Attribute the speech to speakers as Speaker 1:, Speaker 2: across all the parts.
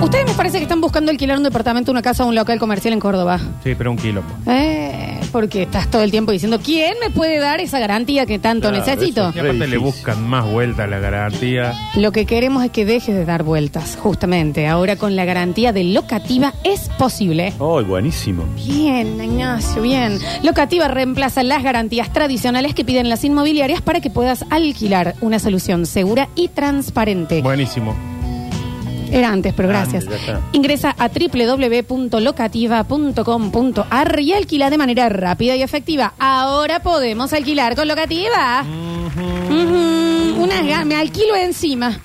Speaker 1: Ustedes me parece que están buscando alquilar un departamento, una casa o un local comercial en Córdoba.
Speaker 2: Sí, pero un quilombo.
Speaker 1: Eh, porque estás todo el tiempo diciendo, ¿quién me puede dar esa garantía que tanto
Speaker 3: Claro,
Speaker 1: necesito?
Speaker 2: Y aparte
Speaker 3: Re
Speaker 2: le
Speaker 3: difícil.
Speaker 2: buscan más vuelta a la garantía.
Speaker 1: Lo que queremos es que dejes de dar vueltas, justamente. Ahora con la garantía de locativa es posible.
Speaker 3: Oh, buenísimo.
Speaker 1: Bien, Ignacio, bien. Locativa reemplaza las garantías tradicionales que piden las inmobiliarias para que puedas alquilar una solución segura y transparente.
Speaker 2: Buenísimo.
Speaker 1: Era antes, pero gracias.
Speaker 3: Antes, ya está.
Speaker 1: Ingresa a www.locativa.com.ar y alquila de manera rápida y efectiva. Ahora podemos alquilar con Locativa. Ujú, unas ga- me alquilo encima.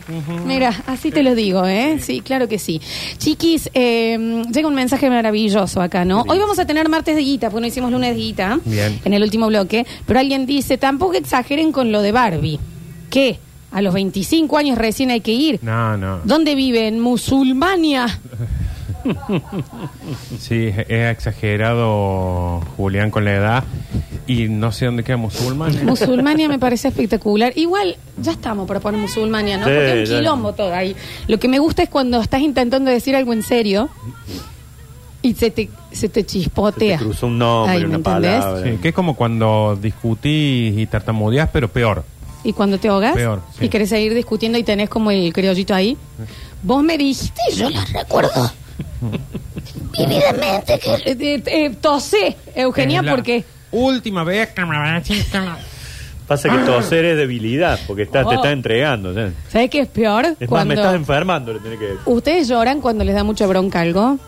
Speaker 1: Mira, así te lo digo, ¿eh? Sí, claro que sí. Chiquis, eh, llega un mensaje maravilloso acá, ¿no? Hoy vamos a tener martes de guita, porque no hicimos lunes de guita.
Speaker 2: Bien.
Speaker 1: En el último bloque. Pero alguien dice, tampoco exageren con lo de Barbie. ¿Qué? A los 25 años recién hay que ir.
Speaker 2: No, no.
Speaker 1: ¿Dónde vive? En Musulmania.
Speaker 2: Sí, es exagerado Julián con la edad. Y no sé dónde queda musulmán. ¿eh?
Speaker 1: Musulmania me parece espectacular. Igual ya estamos para poner Musulmania, ¿no?
Speaker 3: Sí,
Speaker 1: Porque es
Speaker 3: ya.
Speaker 1: un quilombo todo ahí. Lo que me gusta es cuando estás intentando decir algo en serio y se te, se te chispotea.
Speaker 3: Se te cruzó un nombre,
Speaker 1: Ahí, ¿me
Speaker 3: una
Speaker 1: entendés?
Speaker 3: palabra.
Speaker 2: Sí, que es como cuando discutís y tartamudeás, pero peor.
Speaker 1: Y cuando te ahogas
Speaker 2: Peor, sí.
Speaker 1: y querés seguir discutiendo y tenés como el criollito ahí. Vos me dijiste, y yo la recuerdo. Vividamente que... Eh, eh, tosé, Eugenia,
Speaker 2: Es la
Speaker 1: porque...
Speaker 2: Última vez que me van a decir que no.
Speaker 3: Pasa que toser es debilidad, porque estás,
Speaker 1: Oh.
Speaker 3: te estás entregando. ¿sabes?
Speaker 1: ¿Sabes qué es peor?
Speaker 3: Es más, me estás enfermando, le tenés que decir.
Speaker 1: ¿Ustedes lloran cuando les da mucha bronca algo?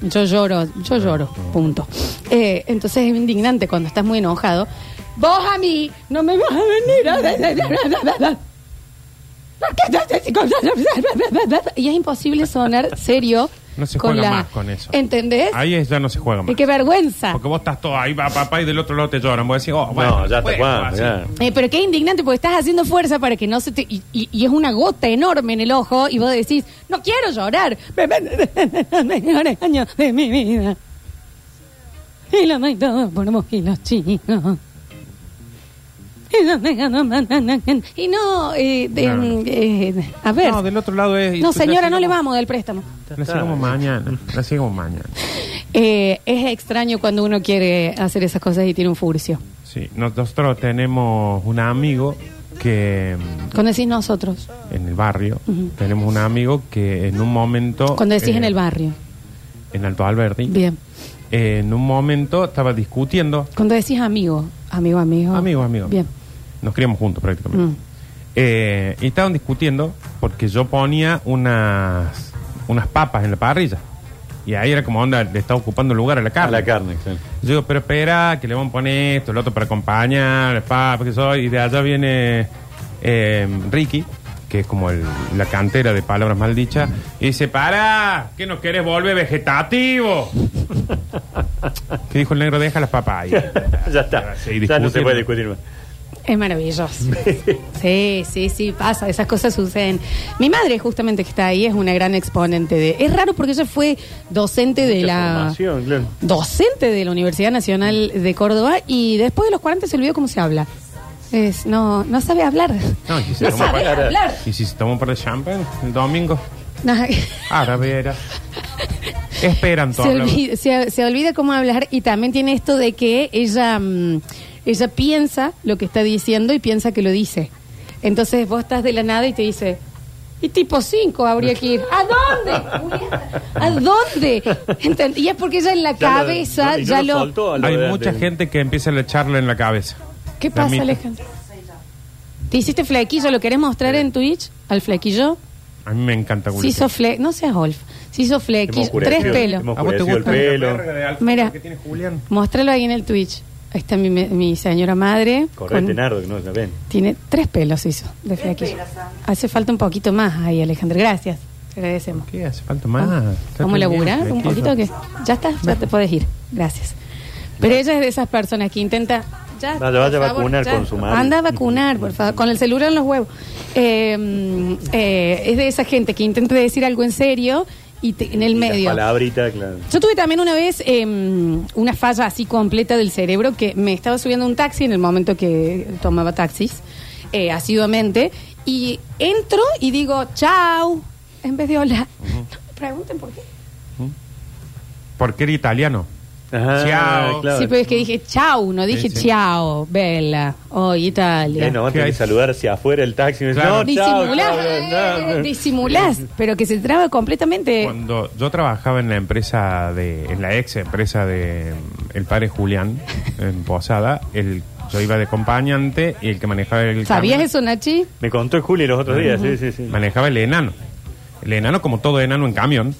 Speaker 1: Yo lloro, yo lloro, punto. Eh, entonces es indignante cuando estás muy enojado. Vos a mí no me vas a venir. a- Y es imposible sonar serio.
Speaker 2: No se
Speaker 1: con
Speaker 2: juega
Speaker 1: la-
Speaker 2: más con eso.
Speaker 1: ¿Entendés?
Speaker 2: Ahí es- ya no se juega
Speaker 1: Eh,
Speaker 2: más.
Speaker 1: ¡Qué vergüenza!
Speaker 2: Porque vos estás todo ahí, va papá, y del otro lado te lloran. Vos decís, oh, bueno.
Speaker 3: No, ya está
Speaker 2: bueno,
Speaker 3: Juan.
Speaker 2: así.
Speaker 3: ya.
Speaker 1: Eh, pero qué indignante porque estás haciendo fuerza para que no se te... Y, y- y es una gota enorme en el ojo y vos decís, no quiero llorar. Mejores años de mi vida. Y lo doy todo por vos y los chicos. Y no me gano más, na, na, na. Y no, eh, de-
Speaker 2: Claro.
Speaker 1: eh, a ver.
Speaker 2: No,
Speaker 1: No,
Speaker 2: del otro lado es.
Speaker 1: señora, no le
Speaker 2: vamos
Speaker 1: vamos del préstamo.
Speaker 2: La sigamos mañana. La sigamos mañana.
Speaker 1: Eh, es extraño cuando uno quiere hacer esas cosas y tiene un furcio.
Speaker 2: Sí, nosotros tenemos un amigo que
Speaker 1: Cuando decís nosotros,
Speaker 2: mm, en el barrio, tenemos un amigo que en un momento...
Speaker 1: cuando decís
Speaker 2: eh,
Speaker 1: en el barrio.
Speaker 2: En Alto Alberti.
Speaker 1: Bien.
Speaker 2: eh, en un momento estaba discutiendo,
Speaker 1: Cuando decís amigo, amigo, amigo.
Speaker 2: Amigo, amigo.
Speaker 1: Bien.
Speaker 2: nos criamos juntos prácticamente.
Speaker 1: Mm.
Speaker 2: Eh, y estaban discutiendo porque yo ponía unas, unas papas en la parrilla. Y ahí era como onda, le estaba ocupando lugar a la
Speaker 3: A
Speaker 2: carne.
Speaker 3: la carne, claro.
Speaker 2: Yo digo, pero espera, que le vamos a poner esto, el otro para acompañar, papá, que soy. Y de allá viene eh, Ricky, que es como el- la cantera de palabras maldichas, y dice, para, que nos querés volver vegetativo. que dijo el negro, deja las papas ahí.
Speaker 3: ya está.
Speaker 2: Sí,
Speaker 3: Ya no se
Speaker 2: discutiendo.
Speaker 3: puede discutir más.
Speaker 1: Es maravilloso. sí, sí, sí, pasa, esas cosas suceden. Mi madre, justamente que está ahí, es una gran exponente de. Es raro porque ella fue docente de
Speaker 3: Mucha
Speaker 1: la.
Speaker 3: formación, claro.
Speaker 1: Docente de la Universidad Nacional de Córdoba y después de los 40 se olvidó cómo se habla. Es, no, no sabe hablar.
Speaker 2: No, y si,
Speaker 1: No
Speaker 2: se toma un
Speaker 1: sabe
Speaker 2: par-
Speaker 1: hablar.
Speaker 2: y si se toma un par de champán el domingo,
Speaker 1: No,
Speaker 2: árabe era. Esperanto.
Speaker 1: se,
Speaker 2: habla-
Speaker 1: olvida, se- se olvida cómo hablar y también tiene esto de que ella, mm, ella piensa lo que está diciendo y piensa que lo dice. Entonces vos estás de la nada y te dice, y tipo 5 habría que ir. ¿A dónde? Juliana? ¿A dónde? Enten- Y es porque ella en la
Speaker 3: Ya lo-
Speaker 1: cabeza
Speaker 3: y no
Speaker 1: ya
Speaker 3: lo
Speaker 1: lo...
Speaker 3: soltó a lo
Speaker 2: Hay
Speaker 3: de-
Speaker 2: mucha
Speaker 3: de-
Speaker 2: gente que empieza la charla en la cabeza.
Speaker 1: ¿Qué
Speaker 2: La
Speaker 1: pasa,
Speaker 2: mitad.
Speaker 1: Alejandro? ¿Te hiciste flequillo? ¿Lo querés mostrar
Speaker 3: Eh.
Speaker 1: en Twitch? ¿Al flequillo?
Speaker 2: A mí me encanta
Speaker 1: Si
Speaker 2: Gulliver.
Speaker 1: hizo fle... No seas Olf. Si hizo
Speaker 3: Hemos
Speaker 1: flequillo.
Speaker 3: oscurecido-
Speaker 1: Tres pelos.
Speaker 3: hemos
Speaker 2: ¿A vos te
Speaker 3: oscurecido
Speaker 2: gusta
Speaker 3: el
Speaker 2: la
Speaker 3: pelo.
Speaker 2: verga de alcohol
Speaker 1: Mira.
Speaker 2: que tiene Julián?
Speaker 1: Muéstralo ahí en el Twitch. Ahí está mi, mi señora madre.
Speaker 3: Correte,
Speaker 1: con-
Speaker 3: Nardo, que no la ven.
Speaker 1: Tiene tres pelos hizo de flequillo. Hace falta un poquito más ahí, Alejandro. Gracias. Te agradecemos.
Speaker 2: ¿Qué hace falta más?
Speaker 1: ¿Vamos a laburar Ah, un poquito? que Ya está, ya te puedes ir. Gracias. Pero ella es de esas personas que intenta... Ya,
Speaker 3: Vaya, vaya
Speaker 1: por
Speaker 3: a vacunar con su madre.
Speaker 1: Anda a vacunar, por favor, con el celular en los huevos. Eh, eh, es de esa gente que intenta decir algo en serio y te- en el
Speaker 3: Y las
Speaker 1: medio.
Speaker 3: Palabritas, claro.
Speaker 1: Yo tuve también una vez eh, una falla así completa del cerebro que me estaba subiendo a un taxi en el momento que tomaba taxis eh, asiduamente y entro y digo chau en vez de hola. Pregunten por qué.
Speaker 2: Porque era italiano.
Speaker 3: Ajá,
Speaker 2: Chao.
Speaker 1: Sí, pues, pero es que dije chau, no dije
Speaker 2: Sí, sí.
Speaker 1: chao, Bella. Oh, Italia.
Speaker 3: Eh, no, antes
Speaker 2: ¿Qué
Speaker 3: de
Speaker 2: hay?
Speaker 3: saludar hacia afuera el taxi. me dice,
Speaker 2: Claro.
Speaker 3: No, chao,
Speaker 1: Disimulás,
Speaker 3: chao, no, no.
Speaker 1: disimulás, pero que se traba completamente.
Speaker 2: Cuando yo trabajaba en la empresa de, en la ex empresa de mm, el padre Julián en Posada, el, yo iba de acompañante y el que manejaba el
Speaker 1: ¿Sabías
Speaker 2: camión-
Speaker 1: eso, Nachi?
Speaker 3: Me contó Juli los otros días, sí, sí, sí.
Speaker 2: manejaba el enano. El enano, como todo enano en camión,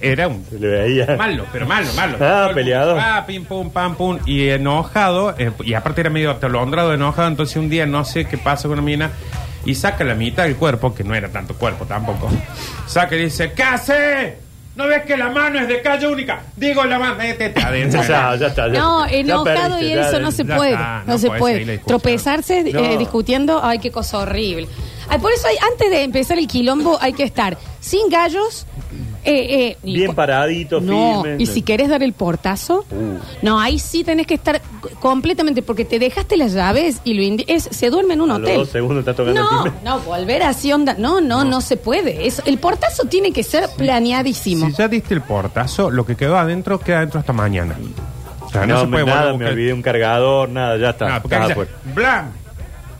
Speaker 2: era un
Speaker 3: Se le veía.
Speaker 2: malo, pero malo, malo.
Speaker 3: Ah,
Speaker 2: Todo el
Speaker 3: peleador.
Speaker 2: mundo, ah, pim, pum, pam, pum. Y enojado, eh, y aparte era medio atolondrado, enojado. Entonces un día no sé qué pasa con la mina y saca la mitad del cuerpo, que no era tanto cuerpo tampoco. Saca y dice: ¿Qué hace? ¿No ves que la mano es de calle única? Digo la mano. métete adentro.
Speaker 3: Ya, está, ya está. ya-
Speaker 1: No,
Speaker 3: ya
Speaker 1: enojado
Speaker 3: perdiste,
Speaker 1: y
Speaker 3: ya-
Speaker 1: eso no se
Speaker 2: ya
Speaker 1: puede.
Speaker 2: está,
Speaker 1: no,
Speaker 2: no
Speaker 1: se
Speaker 2: podés
Speaker 1: puede.
Speaker 2: seguir la discusión.
Speaker 1: Tropezarse eh,
Speaker 3: No.
Speaker 1: discutiendo, ay, qué cosa horrible. Ay, por eso hay, antes de empezar el quilombo hay que estar sin gallos. eh, eh, y
Speaker 3: Bien
Speaker 1: cu-
Speaker 3: paradito,
Speaker 1: No,
Speaker 3: firme.
Speaker 1: y si querés dar el portazo,
Speaker 3: Uh.
Speaker 1: no, ahí sí tenés que estar c- completamente, porque te dejaste las llaves y lo indi- es, se duerme en un
Speaker 3: A los
Speaker 1: hotel.
Speaker 3: dos segundos está tocando el
Speaker 1: no,
Speaker 3: timbre.
Speaker 1: no, volver así onda. No, no, no, se puede. Es, el portazo tiene que ser planeadísimo.
Speaker 2: Si ya diste el portazo, lo que quedó adentro queda adentro hasta mañana. O sea, Ah,
Speaker 3: No,
Speaker 2: no, se puede volver a
Speaker 3: nada, me
Speaker 2: buscar-
Speaker 3: olvidé un cargador, nada, pues. ya está.
Speaker 2: Ah, porque
Speaker 3: estaba
Speaker 2: ahí dice,
Speaker 3: afuera.
Speaker 2: ¡Blam!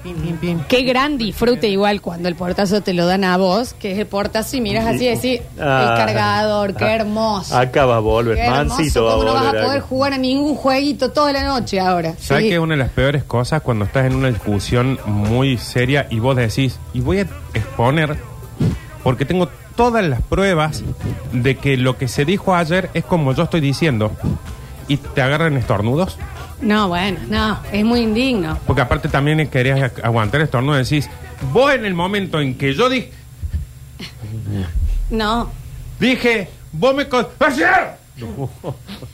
Speaker 2: Pim, pim, pim.
Speaker 1: Qué gran disfrute igual cuando el portazo te lo dan a vos, que es el portazo y miras así y decís,
Speaker 3: Ah,
Speaker 1: el cargador, qué
Speaker 3: ah,
Speaker 1: hermoso.
Speaker 3: Acá va a volver,
Speaker 1: qué hermoso,
Speaker 3: mansito va a
Speaker 1: cómo
Speaker 3: volver.
Speaker 1: no vas a
Speaker 3: acá.
Speaker 1: poder jugar a ningún jueguito toda la noche ahora.
Speaker 2: ¿Sabes
Speaker 1: Sí.
Speaker 2: que es una de las peores cosas cuando estás en una discusión muy seria y vos decís, y voy a exponer, porque tengo todas las pruebas de que lo que se dijo ayer es como yo estoy diciendo, y te agarran estornudos?
Speaker 1: No, bueno, no, es muy indigno.
Speaker 2: Porque aparte también querías ac- aguantar estornudos, decís, vos en el momento en que yo dije,
Speaker 1: No,
Speaker 2: dije vos me... con-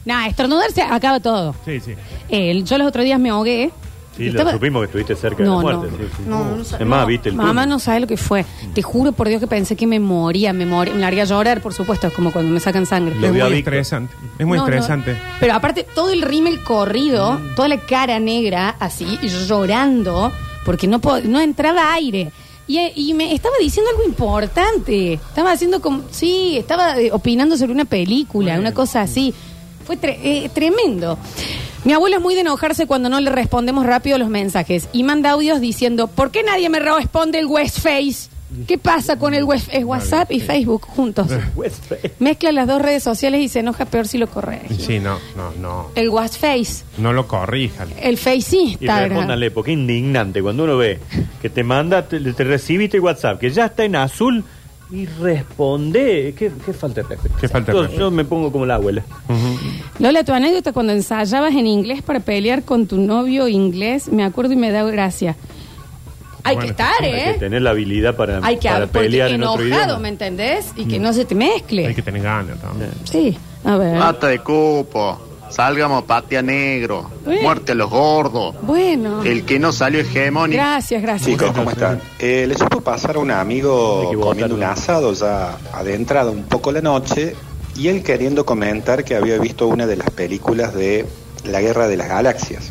Speaker 1: nada, estornudarse acaba todo.
Speaker 2: Sí, sí.
Speaker 1: Eh, yo los otros días me ahogué.
Speaker 3: Sí, lo
Speaker 1: Estaba-
Speaker 3: supimos que estuviste cerca
Speaker 1: No,
Speaker 3: de la
Speaker 1: no.
Speaker 3: muerte. sí, sí.
Speaker 1: No, no
Speaker 3: Es más, viste el
Speaker 1: Mamá
Speaker 3: túnel.
Speaker 1: no sabe lo que fue. Te juro por Dios que pensé que me moría, me moría. Me largué a llorar, por supuesto, como cuando me sacan sangre.
Speaker 3: Lo
Speaker 2: Es
Speaker 3: vi a
Speaker 2: muy
Speaker 3: Víctor.
Speaker 2: estresante, es muy
Speaker 1: No, no.
Speaker 2: estresante. Mm.
Speaker 1: Pero aparte, todo el rímel corrido, toda la cara negra, así, llorando, porque no, po- no entraba aire. Y, eh, y me estaba diciendo algo importante. Estaba haciendo como. Sí, estaba eh, opinando sobre una película, una cosa así. Fue tre- eh, tremendo. Mi abuela es muy de enojarse cuando no le respondemos rápido los mensajes y manda audios diciendo: ¿Por qué nadie me responde el West Face? ¿Qué pasa con el West Es WhatsApp y Facebook juntos.
Speaker 3: Westfalia.
Speaker 1: Mezcla las dos redes sociales y se enoja peor si lo corre.
Speaker 2: Sí, no, no, no.
Speaker 1: El WhatsApp,
Speaker 2: No lo corrijan.
Speaker 1: el Face
Speaker 3: Y
Speaker 1: Instagram.
Speaker 3: respóndanle, porque es indignante cuando uno ve que te manda, te, te recibiste WhatsApp, que ya está en azul y responde. ¿Qué, qué falta de respeto?
Speaker 2: Qué falta de
Speaker 3: Yo-
Speaker 2: respeto.
Speaker 3: Yo me pongo como la abuela.
Speaker 1: Lola, tu anécdota cuando ensayabas en inglés para pelear con tu novio inglés, me acuerdo y me da gracia. Hay que
Speaker 2: Bueno,
Speaker 1: estar,
Speaker 3: Hay que
Speaker 1: ¿eh?
Speaker 3: tener la habilidad para,
Speaker 1: Hay que
Speaker 3: para
Speaker 1: hablar porque
Speaker 3: pelear en otro
Speaker 1: enojado,
Speaker 3: idioma. Mm.
Speaker 1: ¿me entendés? Y que no se te mezcle.
Speaker 2: Hay que tener ganas también.
Speaker 1: Sí, a ver.
Speaker 4: Mata de cupo, salgamos patria negro,
Speaker 1: Eh.
Speaker 4: muerte a los gordos,
Speaker 1: Bueno,
Speaker 4: el que no salió hegemónico.
Speaker 1: gracias, gracias.
Speaker 5: Chicos, ¿cómo están? Eh, les supo pasar a un
Speaker 3: Hay
Speaker 5: amigo
Speaker 3: que
Speaker 5: comiendo un
Speaker 3: votarlo.
Speaker 5: asado ya adentrada un poco la noche y él queriendo comentar que había visto una de las películas de La Guerra de las Galaxias.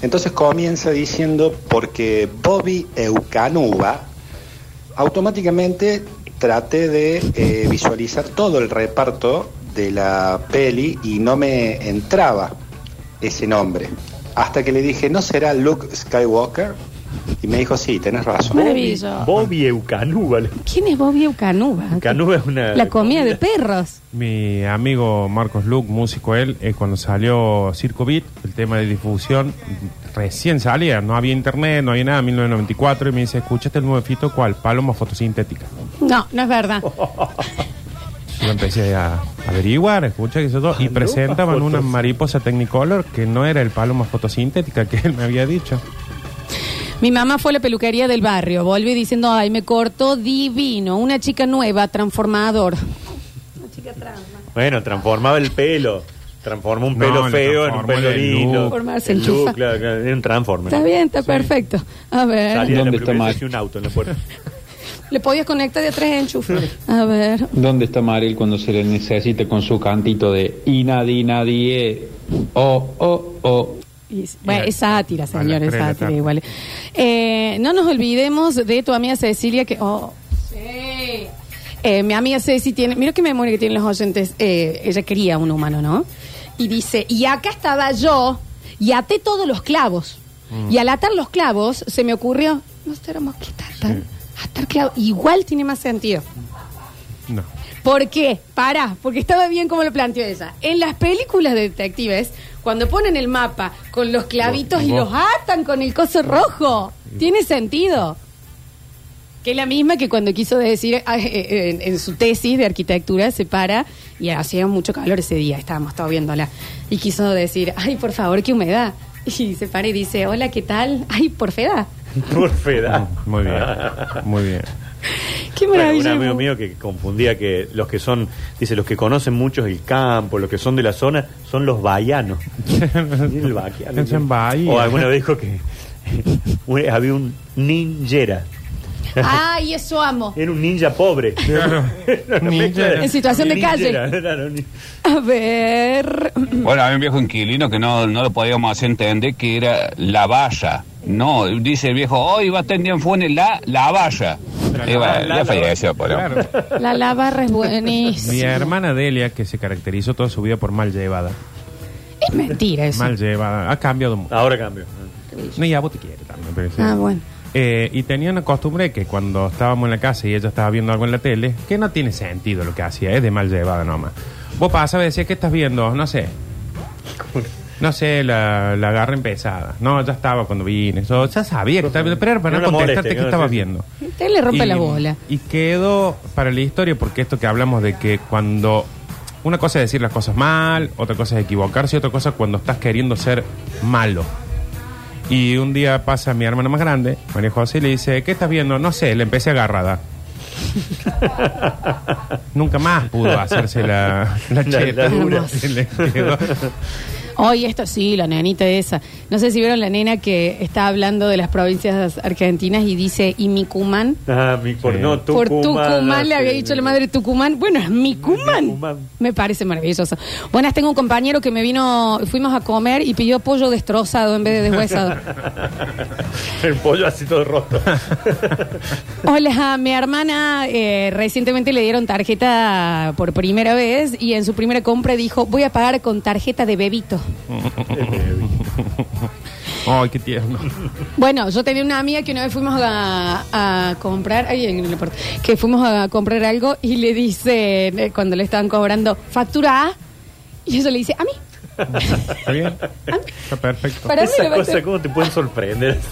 Speaker 5: Entonces comienza diciendo porque Bobby Eucanuba automáticamente traté de eh, visualizar todo el reparto de la peli y no me entraba ese nombre. Hasta que le dije, ¿no será Luke Skywalker? Y me dijo, sí, tenés razón.
Speaker 1: Maravilloso.
Speaker 3: Bobby Eucanúbal.
Speaker 1: ¿Quién es Bobby Eucanuba?
Speaker 3: Eucanúbal es una.
Speaker 1: Ah, La comida de perros.
Speaker 2: Mi amigo Marcos Luke, músico él, eh, cuando salió Circo Beat, el tema de difusión, recién salía, no había internet, no había nada, 1994, y me dice, escúchate el nuevo fito, ¿cuál? Paloma fotosintética.
Speaker 1: No, no es verdad.
Speaker 2: Yo empecé a averiguar, escucha que eso todo, y
Speaker 3: Paloma
Speaker 2: presentaban una
Speaker 3: fotosintética.
Speaker 2: mariposa Technicolor que no era el paloma fotosintética que él me había dicho.
Speaker 1: Mi mamá fue a la peluquería del barrio. Volví diciendo, ay, me cortó divino. Una chica nueva, transformador.
Speaker 3: Bueno, transformaba el pelo. Transformó un
Speaker 2: No,
Speaker 3: pelo
Speaker 2: lo
Speaker 3: feo en un
Speaker 2: transformó
Speaker 3: pelo
Speaker 2: en el
Speaker 3: lindo.
Speaker 2: look.
Speaker 1: Transformarse
Speaker 3: El
Speaker 1: en
Speaker 3: look,
Speaker 1: chufa.
Speaker 3: claro, claro, era un transformer.
Speaker 1: Está bien, ¿eh? está
Speaker 3: Sí.
Speaker 1: perfecto. A ver,
Speaker 3: Salía de la
Speaker 6: ¿Dónde
Speaker 3: peluquería
Speaker 6: está
Speaker 3: y
Speaker 6: Mar?
Speaker 3: hacía un auto en la puerta.
Speaker 1: le podías conectar de a tres enchufes. A ver.
Speaker 6: ¿Dónde está Mariel cuando se le necesita con su cantito de Inadi Nadie? Oh, oh, oh.
Speaker 1: Y- bueno, es sátira,
Speaker 2: eh, a las
Speaker 1: señor, es
Speaker 2: tres de la
Speaker 1: sátira
Speaker 2: tarde.
Speaker 1: igual. Eh, no nos olvidemos de tu amiga Cecilia que... Oh, sí. Eh, mi amiga Ceci tiene, mira qué memoria que tienen los oyentes, eh, ella quería un humano, ¿no? Y dice, y acá estaba yo y até todos los clavos.
Speaker 2: Mm.
Speaker 1: Y al atar los clavos se me ocurrió, no tenemos que atar, atar clavos, igual tiene más sentido.
Speaker 2: No.
Speaker 1: ¿Por qué? Pará, porque estaba bien como lo planteó ella. En las películas de detectives, cuando ponen el mapa con los clavitos y
Speaker 2: Vos-
Speaker 1: los atan con el coso rojo, tiene sentido. Que es la misma que cuando quiso decir ah, eh, eh, en, en su tesis de arquitectura, se para y hacía mucho calor ese día, estábamos todos viéndola. Y quiso decir, ay, por favor, qué humedad. Y se para y dice, hola, ¿qué tal? Ay, porfedad.
Speaker 3: Por feda.
Speaker 2: Muy bien. Muy bien.
Speaker 1: Qué
Speaker 3: Bueno, un
Speaker 1: maravilla.
Speaker 3: amigo mío que confundía que los que son, dice, los que conocen mucho el campo, los que son de la zona, son los bahianos. El bahiano.
Speaker 2: Piensa en Bahía.
Speaker 3: O alguna vez dijo que un- había un ninjera.
Speaker 1: Ay, eso amo.
Speaker 3: Era un ninja pobre.
Speaker 2: Claro.
Speaker 3: Era una mezcla
Speaker 2: Ninjera.
Speaker 1: En situación de calle.
Speaker 3: ninjera, era un-
Speaker 1: A ver.
Speaker 7: Bueno, había un viejo inquilino que no, no lo podíamos hacer entender que era la valla. No, dice el viejo, hoy va a tener en fune la, la valla. Y bueno,
Speaker 3: la-
Speaker 7: ya
Speaker 3: la-
Speaker 7: falleció, por
Speaker 2: Claro.
Speaker 1: La lavarra es buenísima.
Speaker 2: Mi hermana Delia, que se caracterizó toda su vida por mal llevada.
Speaker 1: Es mentira eso.
Speaker 2: Mal llevada. Ha cambiado mucho.
Speaker 3: Ahora cambio.
Speaker 2: No, y a vos te quiere también. pero sí.
Speaker 1: Ah, bueno.
Speaker 2: Eh, y tenía una costumbre de que cuando estábamos en la casa y ella estaba viendo algo en la tele, que no tiene sentido lo que hacía, es de mal llevada nomás. Vos pasabas y decías, ¿qué estás viendo? No sé. No sé, la, la agarra empezada. No, ya estaba cuando vine. Yo ya sabía que estaba viendo, pero era para
Speaker 3: No
Speaker 2: no
Speaker 3: la moleste,
Speaker 2: contestarte
Speaker 3: no,
Speaker 2: que estaba
Speaker 3: sí, sí.
Speaker 2: viendo.
Speaker 1: Usted le rompe
Speaker 2: Y-
Speaker 1: la bola.
Speaker 2: Y quedó para la historia, porque esto que hablamos de que cuando. Una cosa es decir las cosas mal, otra cosa es equivocarse, y otra cosa es cuando estás queriendo ser malo. Y un día pasa mi hermana más grande, María José, y le dice: ¿Qué estás viendo? No sé, le empecé agarrada. Nunca más pudo hacerse la, la
Speaker 3: La- la
Speaker 2: cheta.
Speaker 3: dura.
Speaker 2: Le quedó.
Speaker 1: Hoy esto sí, la nenita esa. No sé si vieron la nena que está hablando de las provincias argentinas y dice, ¿y Micumán?
Speaker 3: Ah, mi, por
Speaker 2: Sí.
Speaker 3: no,
Speaker 1: Por
Speaker 3: Tucumán.
Speaker 1: Tucumán le
Speaker 3: ah,
Speaker 1: había
Speaker 3: sí,
Speaker 1: dicho
Speaker 3: sí.
Speaker 1: la madre Tucumán. Bueno, es mi Cumán.
Speaker 3: Cumán.
Speaker 1: Me parece maravilloso. Buenas, tengo un compañero que me vino, fuimos a comer y pidió pollo destrozado en vez de deshuesado.
Speaker 3: El pollo así todo roto.
Speaker 1: Hola, mi hermana eh, recientemente le dieron tarjeta por primera vez y en su primera compra dijo, voy a pagar con tarjeta de bebito.
Speaker 2: Ay, qué tierno.
Speaker 1: Bueno, yo tenía una amiga que una vez fuimos a, a comprar, ay, en la puerta, que fuimos a comprar algo y le dice, eh, cuando le estaban cobrando, factura A, y ella le dice, a mí,
Speaker 2: ¿Está bien? Está perfecto.
Speaker 1: para mí
Speaker 3: Esa
Speaker 1: la
Speaker 3: cosa,
Speaker 1: factura-
Speaker 3: ¿cómo te pueden sorprender?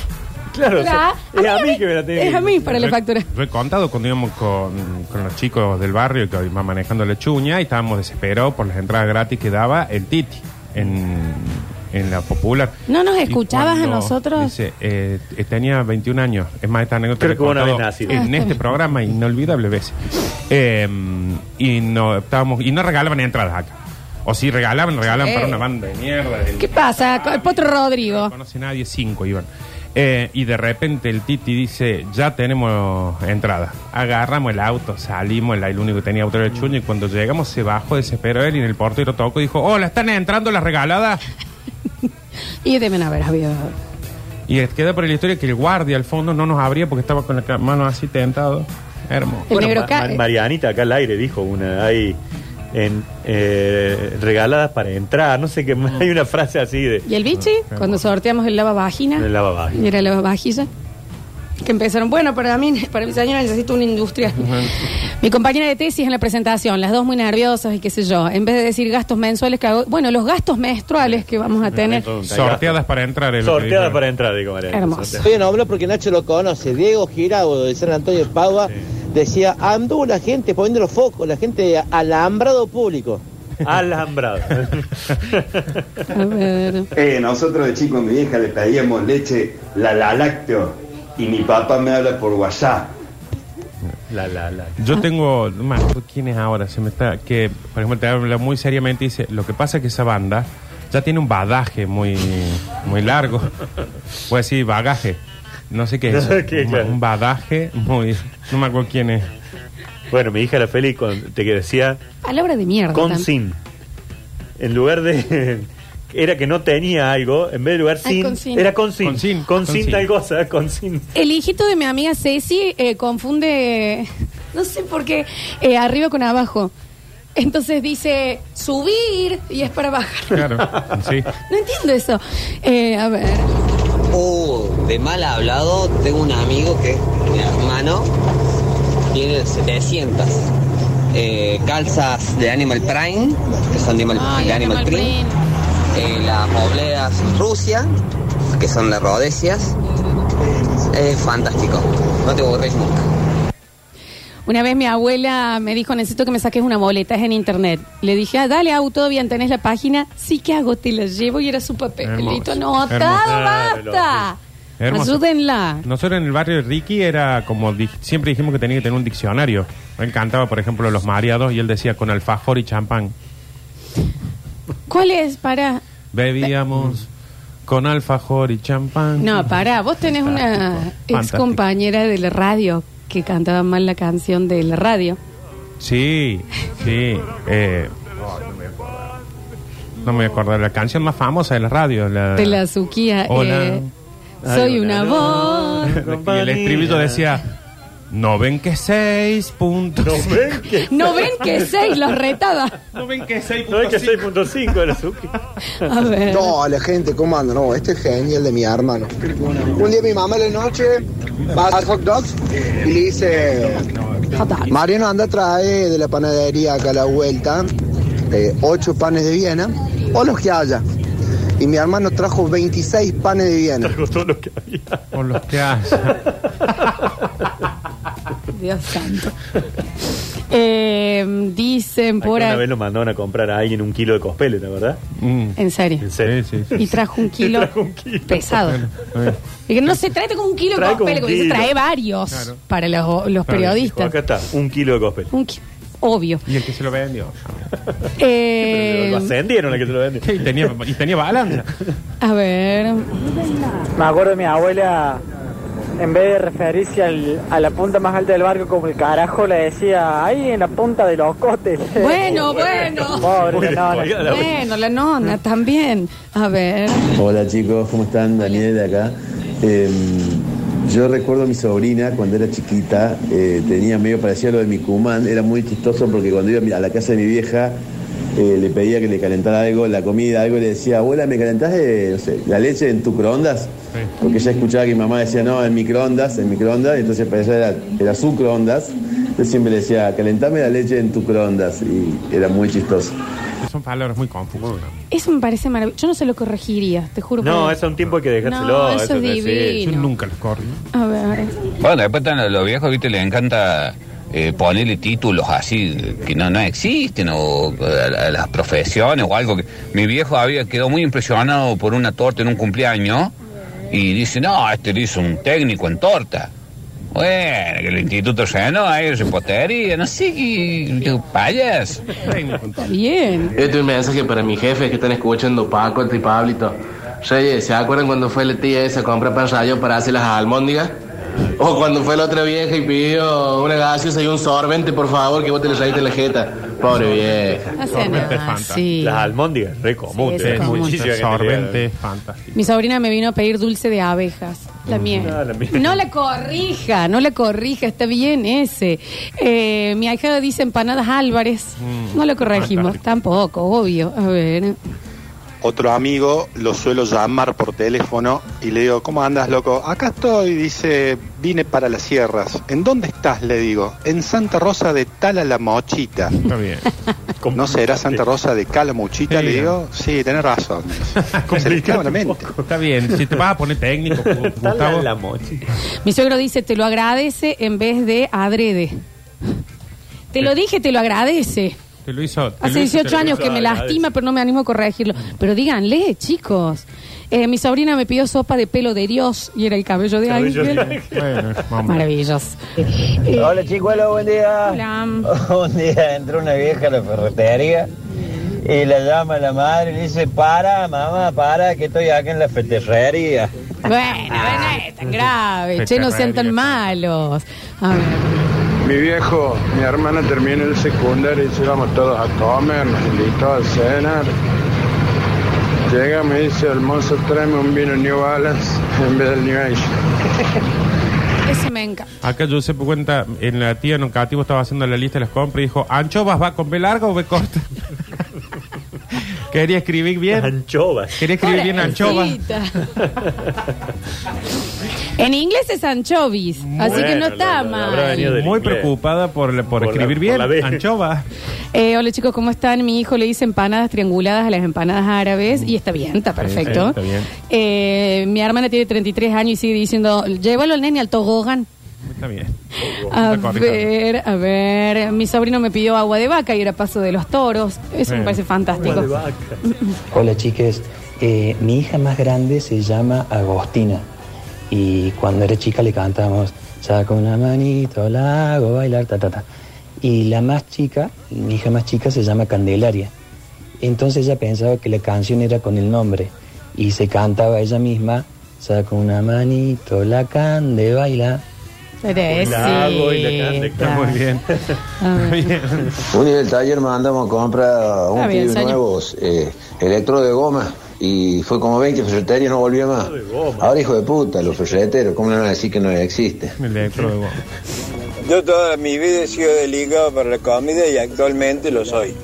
Speaker 3: Claro, o sea,
Speaker 1: factura A,
Speaker 3: es a mí que me la tienen
Speaker 1: Es
Speaker 3: que
Speaker 1: a mí para la
Speaker 2: Yo-
Speaker 1: factura.
Speaker 2: Yo he contado cuando íbamos con, con los chicos del barrio que iban manejando lechuña y estábamos desesperados por las entradas gratis que daba el Titi en, en la popular.
Speaker 1: ¿No nos
Speaker 2: Y
Speaker 1: escuchabas a
Speaker 2: cuando-
Speaker 1: nosotros?
Speaker 2: Dice, eh, eh, tenía 21 años. Es más, esta anécdota
Speaker 3: Creo
Speaker 2: la he
Speaker 3: que vos no
Speaker 2: contado
Speaker 3: habías nacido.
Speaker 1: Ah,
Speaker 2: En
Speaker 1: está
Speaker 2: este
Speaker 1: bien.
Speaker 2: programa, inolvidable veces. Eh, y, no, estábamos, y no regalaban entradas acá. O si regalaban, regalaban
Speaker 1: Sí.
Speaker 2: para una banda de mierda. del-
Speaker 1: Eh, ¿Qué pasa? Ah, El Potro Rodrigo.
Speaker 2: no conoce nadie, cinco iban. Eh, y de repente el Titi dice, ya tenemos entrada. Agarramos el auto, salimos, el, el único que tenía auto era el Chuño, y cuando llegamos se bajó, desesperó él, y en el portero tocó y dijo, hola, ¿están entrando las regaladas?
Speaker 1: Y yo también haber habido...
Speaker 2: Y queda por la historia que el guardia al fondo no nos abría porque estaba con la ca- mano así tentado. Hermoso.
Speaker 1: El negro eh.
Speaker 3: Ma-
Speaker 1: cae.
Speaker 3: Ma- Marianita acá al aire dijo una, hay en, eh, regaladas para entrar, no sé qué, más, hay una frase así de...
Speaker 1: ¿Y el bichi? Cuando sorteamos el lavavagina.
Speaker 3: Ah, El lavavajilla.
Speaker 1: Y era el lavavajilla. Que empezaron, bueno, para mí, para mi señora necesito una industria. Mi compañera de tesis en la presentación, las dos muy nerviosas y qué sé yo, en vez de decir gastos mensuales que hago, bueno, los gastos menstruales que vamos a tener.
Speaker 2: Sorteadas para entrar. es lo que
Speaker 3: Sorteadas
Speaker 2: dijeron.
Speaker 3: para entrar, digo Marianita.
Speaker 1: Hermoso.
Speaker 3: Sorteadas.
Speaker 8: Estoy en nombre porque Nacho lo conoce. Diego Giraudo de San Antonio de Padua decía, anduvo la gente poniendo los focos, la gente alambrado público.
Speaker 3: Alambrado.
Speaker 1: A ver.
Speaker 9: Eh, nosotros de chico a mi vieja le pedíamos leche, la la lácteo, y mi papá me habla por WhatsApp.
Speaker 3: la, la, la.
Speaker 2: Yo tengo, no me acuerdo quién es ahora, se me está, que por ejemplo te habla muy seriamente y dice, lo que pasa es que esa banda ya tiene un badaje muy, muy largo. Voy a decir bagaje. No sé qué es. eso.
Speaker 3: ¿Qué,
Speaker 2: un,
Speaker 3: claro?
Speaker 2: un badaje muy. No me acuerdo quién es.
Speaker 3: Bueno, mi hija la Feli con- te que decía
Speaker 1: Palabra de mierda.
Speaker 3: con
Speaker 1: tam-
Speaker 3: sin. En lugar de... Era que no tenía algo, en vez de lugar
Speaker 1: Ah,
Speaker 3: sin,
Speaker 1: con sin.
Speaker 3: era con sin.
Speaker 2: Con sin,
Speaker 3: Con
Speaker 2: con
Speaker 3: sin
Speaker 2: sin.
Speaker 3: tal cosa, con sin.
Speaker 1: El hijito de mi amiga Ceci eh, confunde No sé por qué. eh, arriba con abajo. Entonces dice subir y es para bajar.
Speaker 2: Claro, sí.
Speaker 1: No entiendo eso. Eh, a ver.
Speaker 8: Uh, de mal hablado, tengo un amigo que es mi hermano, tiene 700. eh, calzas de Animal Prime, que son de Animal,
Speaker 1: Ah,
Speaker 8: de Animal Print, eh, las obleas Rusia, que son las Rodesias. Es fantástico, no te aburres nunca.
Speaker 1: Una vez mi abuela me dijo, necesito que me saques una boleta, es en internet. Le dije, ah, dale, auto, todo bien, tenés la página. Sí, que hago? Te la llevo y era su papelito.
Speaker 2: Hermoso.
Speaker 1: No,
Speaker 2: Hermoso.
Speaker 1: basta.
Speaker 2: Hermoso.
Speaker 1: Ayúdenla.
Speaker 2: Nosotros en el barrio de Ricky era como di- siempre dijimos que tenía que tener un diccionario. Él cantaba, por ejemplo, los mareados y él decía con alfajor y champán.
Speaker 1: ¿Cuál es? Para.
Speaker 2: Bebíamos con alfajor y champán.
Speaker 1: No, pará, vos tenés una
Speaker 2: Fantástico.
Speaker 1: ex compañera de la radio que cantaba mal la canción de la radio.
Speaker 2: Sí, sí. eh, ay, no me acuerdo. no me acuerdo. La canción más famosa de la radio. La,
Speaker 1: De la Suquía.
Speaker 2: Ah. Hola.
Speaker 1: eh, soy una voz.
Speaker 2: Y el estribillo decía: No ven que seis puntos.
Speaker 3: No ven que,
Speaker 1: ¿No ven que seis los retaba?
Speaker 2: No ven que seis
Speaker 3: no ven que
Speaker 2: puntos.
Speaker 3: 6.5 era Suki.
Speaker 1: A ver.
Speaker 8: No, la gente, ¿cómo anda? No, este es genial de mi hermano. Un día mi mamá en la noche va al hot dogs y le dice,
Speaker 1: Fatal.
Speaker 8: Mariano anda trae de la panadería acá a la vuelta eh, ocho panes de Viena o los que haya. Y mi hermano trajo 26 panes de Viena.
Speaker 3: Trajo todo lo que había.
Speaker 2: Por los que hace.
Speaker 1: Dios santo. Eh, dicen por
Speaker 3: Una vez
Speaker 1: ahí.
Speaker 3: lo mandaron a comprar a alguien un kilo de cospele, ¿la verdad?
Speaker 2: Mm.
Speaker 1: En serio.
Speaker 3: En serio.
Speaker 2: Sí, sí, sí.
Speaker 1: Y trajo un kilo,
Speaker 3: Trajo un kilo.
Speaker 1: pesado.
Speaker 2: Eh,
Speaker 1: Y que no se trate con un kilo de
Speaker 3: Trae como
Speaker 1: cospel,
Speaker 3: un
Speaker 1: como dice,
Speaker 3: kilo.
Speaker 1: trae varios
Speaker 2: Claro.
Speaker 1: para los, los
Speaker 3: Dijo,
Speaker 1: periodistas.
Speaker 3: acá está, un kilo de cospele.
Speaker 1: Un ki- Obvio.
Speaker 2: Y el que se lo vendió.
Speaker 1: Eh,
Speaker 3: Lo ascendieron a que te lo venden.
Speaker 2: Y tenía, y tenía balanza.
Speaker 1: a ver.
Speaker 8: Me acuerdo de mi abuela, en vez de referirse al- a la punta más alta del barco como el carajo, le decía, ahí en la punta de los cotes.
Speaker 1: Bueno, bueno.
Speaker 8: Pobre, no, no.
Speaker 3: Oiga, la-
Speaker 1: Bueno, la nona también. A ver.
Speaker 10: Hola chicos, ¿cómo están? Daniel de acá. Eh, yo recuerdo a mi sobrina cuando era chiquita, eh, tenía medio parecido a lo de mi cumán, era muy chistoso porque cuando iba a mi- a la casa de mi vieja eh, le pedía que le calentara algo, la comida, algo, y le decía, abuela, ¿me calentás eh, no sé, la leche en tu microondas? Porque ella escuchaba que mi mamá decía, no, en microondas, en microondas, entonces para ella era, era su microondas. Yo siempre le decía, calentame la leche en tu microondas, y era muy chistoso.
Speaker 2: Son palabras muy confusas.
Speaker 1: Eso me parece maravilloso. Yo no se lo corregiría, te juro.
Speaker 3: No,
Speaker 1: que-
Speaker 3: eso es un tiempo hay que dejárselo.
Speaker 1: No, eso es
Speaker 3: sí.
Speaker 1: divino.
Speaker 2: Yo nunca los corrí.
Speaker 1: A ver.
Speaker 7: Bueno, después están los- los viejos, viste, les encanta eh, ponerle títulos así que no, no existen, o a, a las profesiones o algo. que Mi viejo había quedado muy impresionado por una torta en un cumpleaños Este y dice, no, este lo hizo un técnico en torta. Bueno, que el instituto llenó ahí repostería, no sé qué, qué payas.
Speaker 1: Está bien.
Speaker 8: Este es un mensaje para mi jefe que están escuchando Paco y Pablito. Reyes, ¿se acuerdan cuando fue la tía esa a comprar pan rallado para hacer las almóndigas? O cuando fue la otra vieja y pidió una gaseosa y un sorbente, por favor, que vos te le saliste en la jeta. Pobre vieja.
Speaker 1: No sé
Speaker 2: Sorbete
Speaker 1: nada,
Speaker 2: Fanta.
Speaker 1: Ah, sí.
Speaker 3: Las almóndigas, re común.
Speaker 1: Sí,
Speaker 3: te ves
Speaker 1: es común.
Speaker 3: muchísima
Speaker 2: El
Speaker 3: gente que-
Speaker 2: sorbente es fantástico.
Speaker 1: Mi sobrina me vino a pedir dulce de abejas. La miel.
Speaker 3: Ah, la miel.
Speaker 1: No la corrija, no la corrija, está bien ese. Eh, mi ahijado dice empanadas Álvarez.
Speaker 2: Mm,
Speaker 1: no lo corregimos,
Speaker 2: fantástico.
Speaker 1: tampoco, obvio. A ver.
Speaker 5: Otro amigo lo suelo llamar por teléfono y le digo, ¿cómo andas, loco? Acá estoy, dice, vine para las sierras. ¿En dónde estás? Le digo, en Santa Rosa de Tala la Mochita.
Speaker 2: Está bien.
Speaker 3: Com-
Speaker 5: ¿No será Santa Rosa de Calamuchita?
Speaker 2: Sí.
Speaker 5: Le digo, sí, tenés razón. Se le
Speaker 3: Complicado
Speaker 5: clava
Speaker 3: un
Speaker 5: la mente.
Speaker 3: poco.
Speaker 2: Está bien. Si te vas a poner técnico, Gu-
Speaker 3: Está la,
Speaker 2: Gustavo.
Speaker 3: la mochi.
Speaker 1: Mi suegro dice, te lo agradece en vez de adrede. Te lo dije, te lo agradece.
Speaker 2: Te lo hizo. Eh. te
Speaker 1: Hace
Speaker 2: lo hizo-
Speaker 1: 18 años que me
Speaker 3: agradece.
Speaker 1: lastima, pero no me animo a corregirlo. Pero díganle, chicos. Eh, mi sobrina me pidió sopa de pelo de Dios y era el cabello de
Speaker 3: Cabello de
Speaker 1: ángel.
Speaker 2: Bueno, vamos.
Speaker 1: Maravilloso.
Speaker 8: Hola chicos, hola, buen día.
Speaker 1: Hola.
Speaker 8: Un día entró una vieja a la ferretería y la llama la madre y le dice, para mamá, para que estoy acá en la ferretería.
Speaker 1: Bueno,
Speaker 8: Ah.
Speaker 1: bueno, es tan grave. Che, no sean tan malos. A ver.
Speaker 9: Mi viejo, mi hermana termina el secundario y se vamos todos a comer, nos invitó a cenar. Llega, me dice, el mozo, tráeme un vino New Balance en vez del New Age.
Speaker 1: Ese me encanta.
Speaker 2: Acá yo sepa cuenta, en la tía en cativo estaba haciendo la lista de las compras y dijo, ¿anchovas va con B larga o B corta? Quería escribir bien.
Speaker 3: Anchovas.
Speaker 2: Quería escribir bien anchovas.
Speaker 1: Pobrecita. En inglés es anchovis, así que no
Speaker 3: Bueno,
Speaker 1: está
Speaker 3: lo- lo- lo
Speaker 1: mal.
Speaker 3: habrá venido del
Speaker 2: Muy
Speaker 3: inglés.
Speaker 2: preocupada por, la- por,
Speaker 3: Por la-
Speaker 2: escribir
Speaker 3: por
Speaker 2: bien.
Speaker 3: la B.
Speaker 2: Anchova.
Speaker 1: Eh, hola chicos, ¿cómo están? Mi hijo le dice empanadas trianguladas a las empanadas árabes y está bien, está perfecto.
Speaker 2: está bien.
Speaker 1: Eh, mi hermana tiene 33 años y sigue diciendo, llévalo al nene al tobogán.
Speaker 2: Está bien.
Speaker 1: A
Speaker 2: Está correcto.
Speaker 1: ver, a ver, mi sobrino me pidió agua de vaca y era paso de los toros. Eso
Speaker 2: Bueno,
Speaker 1: me parece fantástico.
Speaker 3: De vaca.
Speaker 11: Hola chiques, Eh, mi hija más grande se llama Agostina y cuando era chica le cantamos saca una manito, la hago bailar, ta ta ta. Y la más chica, mi hija más chica se llama Candelaria. Entonces ella pensaba que la canción era con el nombre y se cantaba ella misma saca una manito, la cande baila.
Speaker 3: La hago y la cante,
Speaker 1: Teresita.
Speaker 2: Está muy bien. bien.
Speaker 12: Un día del taller mandamos a comprar
Speaker 1: Está
Speaker 12: un
Speaker 1: bien,
Speaker 12: pibe
Speaker 1: señor.
Speaker 12: nuevos eh, electro de goma y fue como 20 ferreterías no volvió más. Ahora hijo de puta, los ferreteros, ¿cómo le van a decir que no existe?
Speaker 2: El electro de goma.
Speaker 13: Yo toda mi vida he sido delicado para la comida y actualmente lo soy.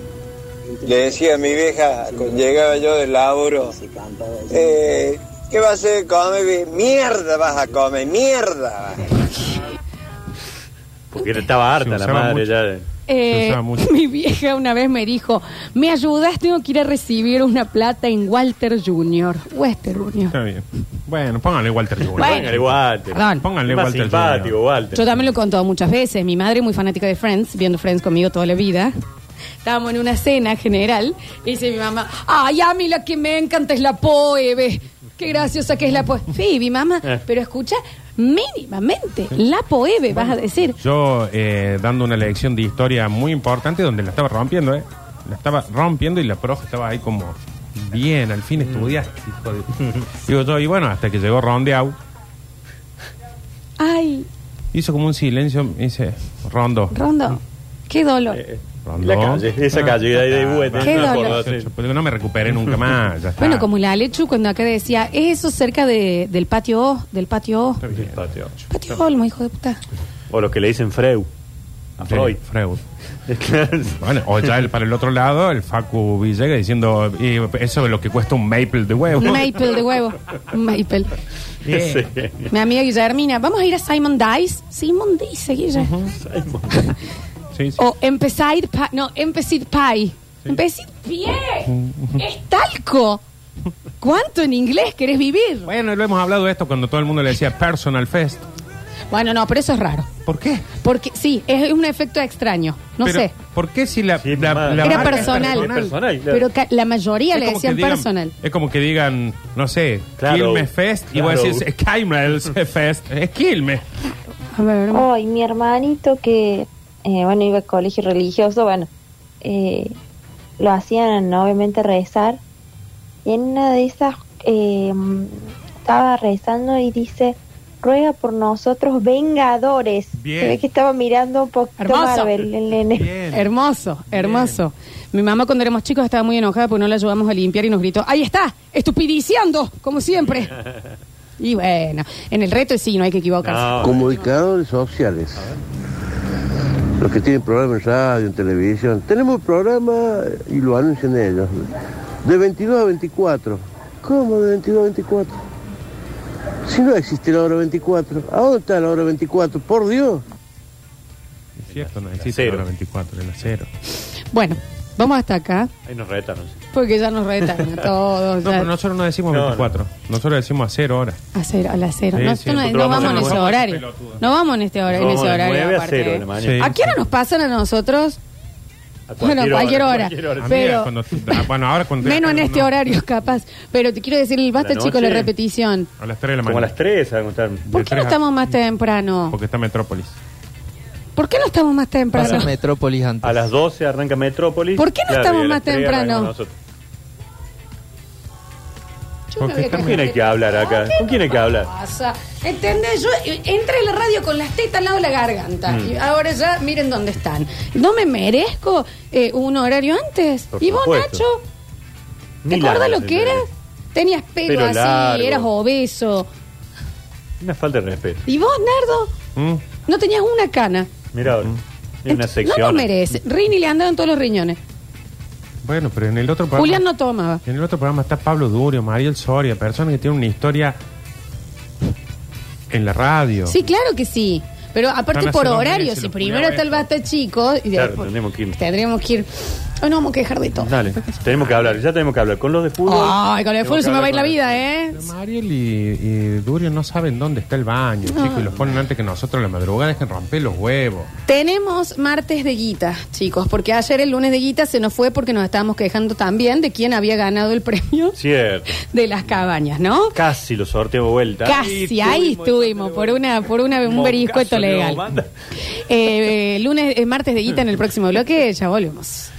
Speaker 13: Le decía a mi vieja, cuando llegaba yo del laburo, eh, ¿qué vas a hacer de comer? vieja? Mierda vas a comer, mierda.
Speaker 3: Porque estaba harta la
Speaker 2: usaba
Speaker 3: madre
Speaker 2: mucho.
Speaker 3: ya. de-
Speaker 1: Eh,
Speaker 2: Se usaba mucho.
Speaker 1: mi vieja una vez me dijo, ¿me ayudas? Tengo que ir a recibir una plata en Walter Junior. Wester Junior.
Speaker 2: Está bien. Bueno, póngale Walter Jr.
Speaker 1: Bueno.
Speaker 3: Póngale Walter.
Speaker 1: Perdón.
Speaker 2: Póngale
Speaker 3: Más
Speaker 2: Walter
Speaker 3: simpático,
Speaker 2: Jr.
Speaker 3: Walter.
Speaker 1: Yo también lo he contado muchas veces. Mi madre, muy fanática de Friends, viendo Friends conmigo toda la vida. Estábamos en una cena general y dice mi mamá, ay, a mí la que me encanta es la Poebe. Qué graciosa que es la Poebe. Sí, mi mamá,
Speaker 3: Eh.
Speaker 1: pero escucha, mínimamente, la Poebe, vas a decir.
Speaker 2: Yo eh, dando una lección de historia muy importante donde la estaba rompiendo, ¿eh? La estaba rompiendo y la profe estaba ahí como, bien, al fin estudiaste, hijo de... Digo yo, y bueno, hasta que llegó Rondeau,
Speaker 1: Ay,
Speaker 2: hizo como un silencio, me dice, Rondo.
Speaker 1: Rondo, qué dolor.
Speaker 2: Rondo.
Speaker 3: La calle, esa calle, de ahí de
Speaker 2: Ah,
Speaker 3: vuelta.
Speaker 1: Qué
Speaker 3: no me acuerdo,
Speaker 1: dolor.
Speaker 3: así.
Speaker 2: Porque no me recuperé nunca más. ya está.
Speaker 1: Bueno, como la Alechu cuando acá decía, es eso cerca de- del patio O, del patio O.
Speaker 2: Está bien.
Speaker 3: Patio.
Speaker 1: Patio Olmo, hijo de puta.
Speaker 3: O los que le dicen Freu. A
Speaker 2: Sí,
Speaker 3: Freud.
Speaker 2: Freud. Bueno, o ya el- para el otro lado, el Facu Villega diciendo, "Y eso es lo que cuesta un maple de huevo.
Speaker 1: Maple de huevo. Maple.
Speaker 2: Bien.
Speaker 3: Sí.
Speaker 1: Mi amiga Guillermina, vamos a ir a Simon Dice. Simon Dice, Guille.
Speaker 2: Sí, sí.
Speaker 1: O Empecid Pie. No, Empecid Pie. Empecid Pie. es talco. ¿Cuánto en inglés querés vivir?
Speaker 2: Bueno, lo hemos hablado de esto cuando todo el mundo le decía Personal Fest.
Speaker 1: Bueno, no, pero eso es raro.
Speaker 2: ¿Por qué?
Speaker 1: Porque sí, es un efecto extraño. No
Speaker 2: Pero,
Speaker 1: sé.
Speaker 2: ¿Por qué si la,
Speaker 3: Sí,
Speaker 2: la-
Speaker 3: mal.
Speaker 2: la
Speaker 1: Era
Speaker 2: marca es
Speaker 1: personal.
Speaker 3: personal. personal, claro.
Speaker 1: Pero ca- la mayoría
Speaker 2: Es
Speaker 1: le
Speaker 2: como que
Speaker 1: decían
Speaker 2: digan-
Speaker 1: personal.
Speaker 2: Es como que digan, no sé,
Speaker 3: Claro.
Speaker 2: Quilmes Fest y vos
Speaker 3: Claro.
Speaker 2: decís "Es Quilmes Fest. Es Quilmes.
Speaker 1: A ver,
Speaker 14: Hoy mi hermanito que, eh, bueno, iba a colegio religioso, bueno, eh, lo hacían obviamente rezar. Y en una de esas eh, estaba rezando y dice, ruega por nosotros vengadores.
Speaker 2: Bien.
Speaker 14: Se ve que estaba mirando un poquito
Speaker 1: Hermoso.
Speaker 14: Marvel, el nene.
Speaker 2: Bien.
Speaker 1: Hermoso, hermoso. Mi mamá cuando éramos chicos estaba muy enojada porque no la ayudamos a limpiar y nos gritó, ahí está, estupidiciando, como siempre. Y bueno, en el reto sí, no hay que equivocarse.
Speaker 3: No,
Speaker 15: Comunicadores sociales. Los que tienen programas en radio, en televisión. Tenemos un programa y lo anuncian ellos. De 22 a 24. ¿Cómo de 22 a 24? Si no existe la hora 24. ¿A dónde está la hora 24? Por Dios.
Speaker 2: Es cierto, no existe
Speaker 3: Cero.
Speaker 2: ahora 24, el acero.
Speaker 1: Bueno, vamos hasta acá,
Speaker 3: ahí nos retaron.
Speaker 1: porque ya nos retan a todos.
Speaker 2: No,
Speaker 1: ya.
Speaker 2: pero nosotros no decimos
Speaker 3: No, no.
Speaker 2: 24. Nosotros decimos acero ahora.
Speaker 1: A cero, a las cero.
Speaker 2: Sí,
Speaker 1: no,
Speaker 2: sí,
Speaker 1: no-
Speaker 2: nosotros
Speaker 1: no
Speaker 2: vamos
Speaker 1: vamos en
Speaker 2: a-
Speaker 1: ese
Speaker 2: vamos a-
Speaker 1: horario. No vamos en este horario, en
Speaker 3: Vamos
Speaker 1: ese
Speaker 3: de
Speaker 1: horario.
Speaker 3: 9 a
Speaker 1: aparte,
Speaker 3: 0 de
Speaker 1: ¿eh?
Speaker 3: la mañana.
Speaker 2: Sí.
Speaker 1: ¿A qué hora nos pasan a nosotros?
Speaker 3: A
Speaker 1: Bueno, cualquier hora.
Speaker 2: A mí,
Speaker 1: Pero-
Speaker 2: cuando- bueno, ahora cuando.
Speaker 1: Menos en este
Speaker 2: no,
Speaker 1: horario, capaz. Pero te quiero decir, el basta,
Speaker 3: ¿La
Speaker 1: chico, la
Speaker 3: noche?
Speaker 1: repetición.
Speaker 2: A las 3 de la
Speaker 3: Como a
Speaker 2: mañana.
Speaker 3: las 3, ¿saben contar?
Speaker 1: ¿Por
Speaker 2: De
Speaker 1: qué no
Speaker 2: tres a-
Speaker 1: estamos más temprano?
Speaker 2: Porque está Metrópolis.
Speaker 1: ¿Por qué no estamos más temprano?
Speaker 11: Pasa Metrópolis antes.
Speaker 3: A las 12 arranca Metrópolis.
Speaker 1: ¿Por qué no
Speaker 3: Claro,
Speaker 1: estamos
Speaker 3: y a las
Speaker 1: más
Speaker 3: 3
Speaker 1: temprano?
Speaker 3: arrancamos nosotros.
Speaker 1: Yo me
Speaker 2: Porque
Speaker 1: voy a
Speaker 3: ¿Con
Speaker 1: casar.
Speaker 3: quién hay que hablar acá? ¿Con quién hay que hablar?
Speaker 1: pasa? ¿Entendés? Yo eh, entré en la radio con las tetas al lado de la garganta.
Speaker 3: Mm.
Speaker 1: Y ahora ya miren dónde están. ¿No me merezco eh, un horario antes?
Speaker 3: Por
Speaker 1: ¿Y vos,
Speaker 3: supuesto.
Speaker 1: Nacho? ¿Te
Speaker 3: Ni
Speaker 1: acordás
Speaker 3: largo,
Speaker 1: lo que
Speaker 3: ni
Speaker 1: era?
Speaker 3: largo.
Speaker 1: Tenías pelo
Speaker 3: Pelo
Speaker 1: así,
Speaker 3: largo.
Speaker 1: eras obeso.
Speaker 3: Una falta de respeto.
Speaker 1: ¿Y vos, Nardo?
Speaker 2: ¿Mm?
Speaker 1: No tenías una cana.
Speaker 3: Mira ahora. Hay una sección.
Speaker 1: No lo merece. Rini le andaban todos los riñones.
Speaker 2: Bueno, pero en el otro programa.
Speaker 1: Julián no tomaba.
Speaker 2: En el otro programa está Pablo Durio, Mariel Soria, personas que tienen una historia en la radio.
Speaker 1: Sí, claro que sí. Pero aparte
Speaker 2: Van a
Speaker 1: por
Speaker 2: hacer un
Speaker 1: horario,
Speaker 2: mes y
Speaker 1: si
Speaker 2: los
Speaker 1: primero
Speaker 2: culiaba
Speaker 1: está el basta chico, y
Speaker 3: Claro,
Speaker 1: después
Speaker 3: tenemos que ir.
Speaker 1: tendríamos que ir. Hoy no vamos a dejar de todo.
Speaker 3: Dale, tenemos que hablar, ya tenemos que hablar. Con los de fútbol.
Speaker 1: Ay, con el fútbol se me va a ir la vida, ¿eh?
Speaker 2: Mariel y, y Durio no saben dónde está el baño,
Speaker 1: Ah.
Speaker 2: chicos, y los ponen antes que nosotros en la madrugada, es que romper los huevos.
Speaker 1: Tenemos martes de guita, chicos, porque ayer el lunes de guita se nos fue porque nos estábamos quejando también de quién había ganado el premio
Speaker 3: Cierto.
Speaker 1: de las cabañas, ¿no?
Speaker 3: Casi lo sorteo vuelta.
Speaker 1: Casi, ahí estuvimos, por una, por una, un
Speaker 3: Moncazo
Speaker 1: beriscueto
Speaker 3: le
Speaker 1: legal.
Speaker 3: manda.
Speaker 1: Eh, eh, lunes, eh, martes de guita en el próximo bloque, ya volvemos.